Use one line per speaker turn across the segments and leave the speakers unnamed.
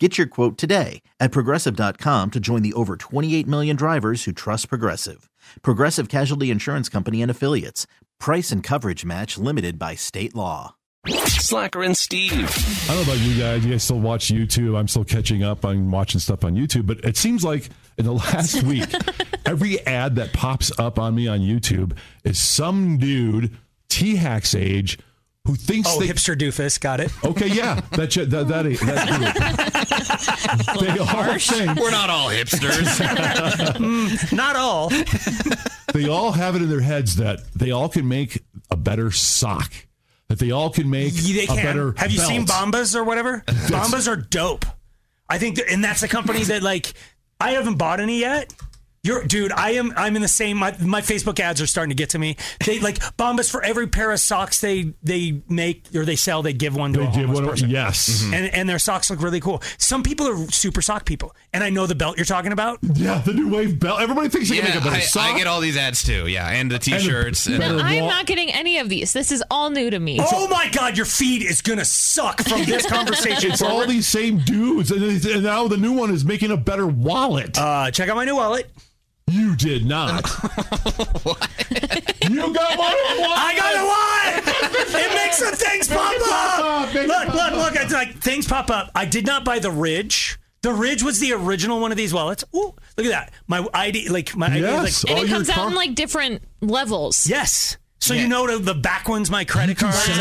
Get your quote today at progressive.com to join the over 28 million drivers who trust Progressive. Progressive Casualty Insurance Company and Affiliates. Price and coverage match limited by state law.
Slacker and Steve.
I don't know about you guys. You guys still watch YouTube. I'm still catching up on watching stuff on YouTube. But it seems like in the last week, every ad that pops up on me on YouTube is some dude T Hack's age who thinks
Oh,
they.
hipster doofus, got it.
Okay, yeah, that that that, that, that dude. they all think
We're not all hipsters.
Not all.
they all have it in their heads that they all can make a better sock. That they all can make
They
a better.
can. Have you seen
belt.
Bombas or whatever? Bombas are dope. I think, that, and that's a company that like I haven't bought any yet. You're, dude, I am. I'm in the same. My, my Facebook ads are starting to get to me. They like Bombas for every pair of socks they they make or they sell. They give one to a
They did
homeless
one.
person.
Yes.
And, and their socks look really cool. Some people are super sock people, and I know the belt you're talking about.
Yeah, the new wave belt. Everybody thinks they
Yeah,
can make a better
I,
sock.
I get all these ads too. Yeah, and the
and a
T-shirts. And
better
I'm
wall-
not getting any of these. This is all new to me.
Oh my god, your feed is gonna suck from this conversation.
It's all these same dudes, and, it's- and now the new one is making a better wallet.
Uh, check out my new wallet.
you did not. you got one. of the
I got a
wallets.
wallet. it makes some things pop
pop
up.
up, make it
Look,
pop
look, look. It's like things pop up. I did not buy the Ridge. The Ridge was the original one of these wallets. Ooh, look at that. My ID, like my ID,
Yes.
is like
and
all
it
your
comes out
car-
in like different levels.
yes. So you know to- the back one's my credit
can
card,
sign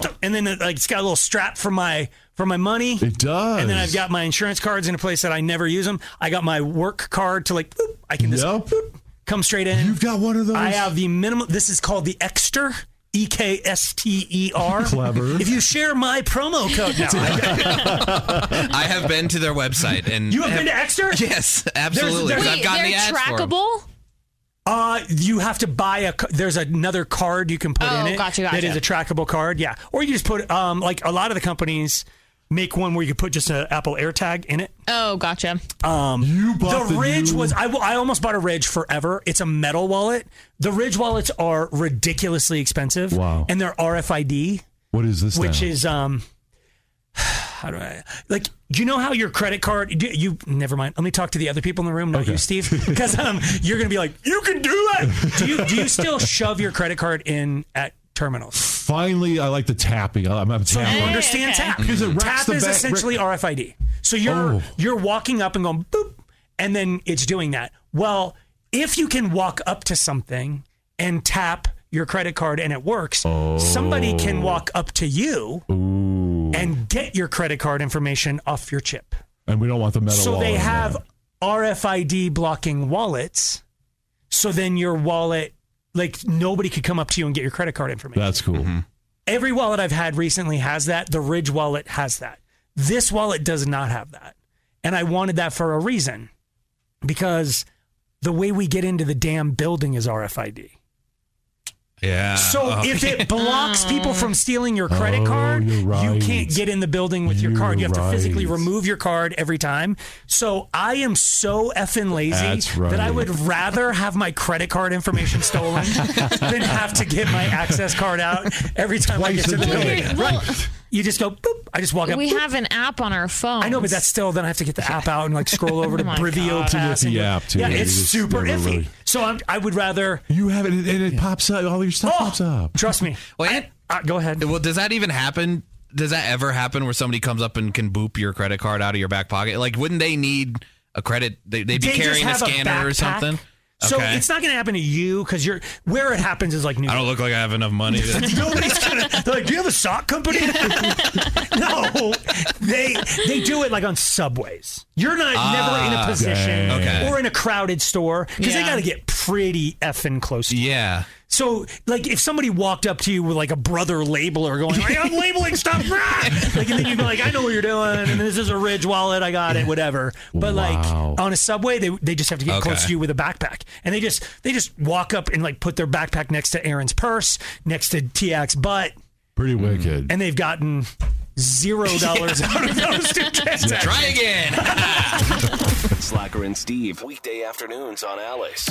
Like, and then it, like it's got a little strap for my for my money.
It does.
And then I've got my insurance cards in a place that I never use them. I got my work card to like, boop, I can just
Yep.
boop, come straight in.
You've got one of those.
I have the minimum. This is called the Exter. E K S T E R.
Clever.
If you share my promo code now,
I have been to their website, and
you have been to Exter.
Yes, absolutely.
there's-
'cause
Wait,
I've gotten
they're
the ads For 'em.
trackable?
Uh, you have to buy a. c- There's another card you can put
Oh,
in it.
gotcha,
That
gotcha.
is a trackable card. Yeah, or you just put um like a lot of the companies make one where you put just an Apple AirTag in it.
Oh, gotcha.
you
The
bought the,
Ridge
new-
was I, I almost bought a Ridge forever. It's a metal wallet. The Ridge wallets are ridiculously expensive.
Wow.
And they're RFID.
What is this?
which
now?
is um how do I like you know how your credit card do you never mind let me talk to the other people in the room not
Okay.
you Steve because um you're gonna be like you can do that do you do you still shove your credit card in at terminals
finally. I like the tapping. I'm, I'm
so you
tapping.
understand
okay.
tap
Because it wraps
tap
the
is
back-
essentially RFID so you're
Oh.
you're walking up and going boop and then it's doing that well if you can walk up to something and tap your credit card and it works somebody can walk up to you
Oh. Ooh.
and get your credit card information off your chip.
And we don't want the metal.
so they
wallet in
have
there.
RFID blocking wallets. So then your wallet, like nobody could come up to you and get your credit card information.
That's cool.
Mm-hmm.
Every wallet I've had recently has that. The Ridge wallet has that. This wallet does not have that. And I wanted that for a reason because the way we get into the damn building is RFID.
Yeah.
So
Oh,
if it blocks people from stealing your credit
Ah, Oh,
card,
you're
you
right.
can't get in the building with your
You're
card. You have to physically
right.
remove your card every time. So I am so effing lazy
That's
that I
right.
would rather have my credit card information stolen than have to get my access card out every time I
Twice
get to
a
the
day.
building.
Well,
You just go boop. I just walk up.
we
boop.
have an app on our phone.
I know, but that's still then I have to get the app out and like scroll over to
Oh my
Brivio
God.
It's
Pass.
an
and-
iffy app, too.
Yeah,
You
it's
just
super
never
iffy.
really-
So I'm, I would rather.
You have it, and it pops up. All your stuff pops
Oh,
up.
trust me.
Well,
I- uh, go ahead.
well, does that even happen? Does that ever happen where somebody comes up and can boop your credit card out of your back pocket? Like, wouldn't they need a credit? They, they'd be
They just
carrying a
have
scanner or
backpack.
something.
So
Okay.
it's not going to happen to you because you're where it happens is like New
I
York.
don't look like I have enough money. To,
Nobody's gonna. They're like, do you have a sock company? no, they they do it like on subways. You're not never in a position
dang.
Ah, Okay.
or in a crowded store because they
Yeah.
got to get pretty effing close. to you.
yeah.
So, like, if somebody walked up to you with like a brother labeler going, like, I'm labeling stuff, rah!" like, and then you'd be like, I know what you're doing, and this is a Ridge wallet, I got it, whatever. But
Wow.
like on a subway, they they just have to get
Okay.
close to you with a backpack, and they just they just walk up and like put their backpack next to Aaron's purse, next to TX butt,
Pretty
Mm.
wicked.
and they've gotten zero dollars out of those two transactions.
Try again.
Slacker and Steve, weekday afternoons on Alice.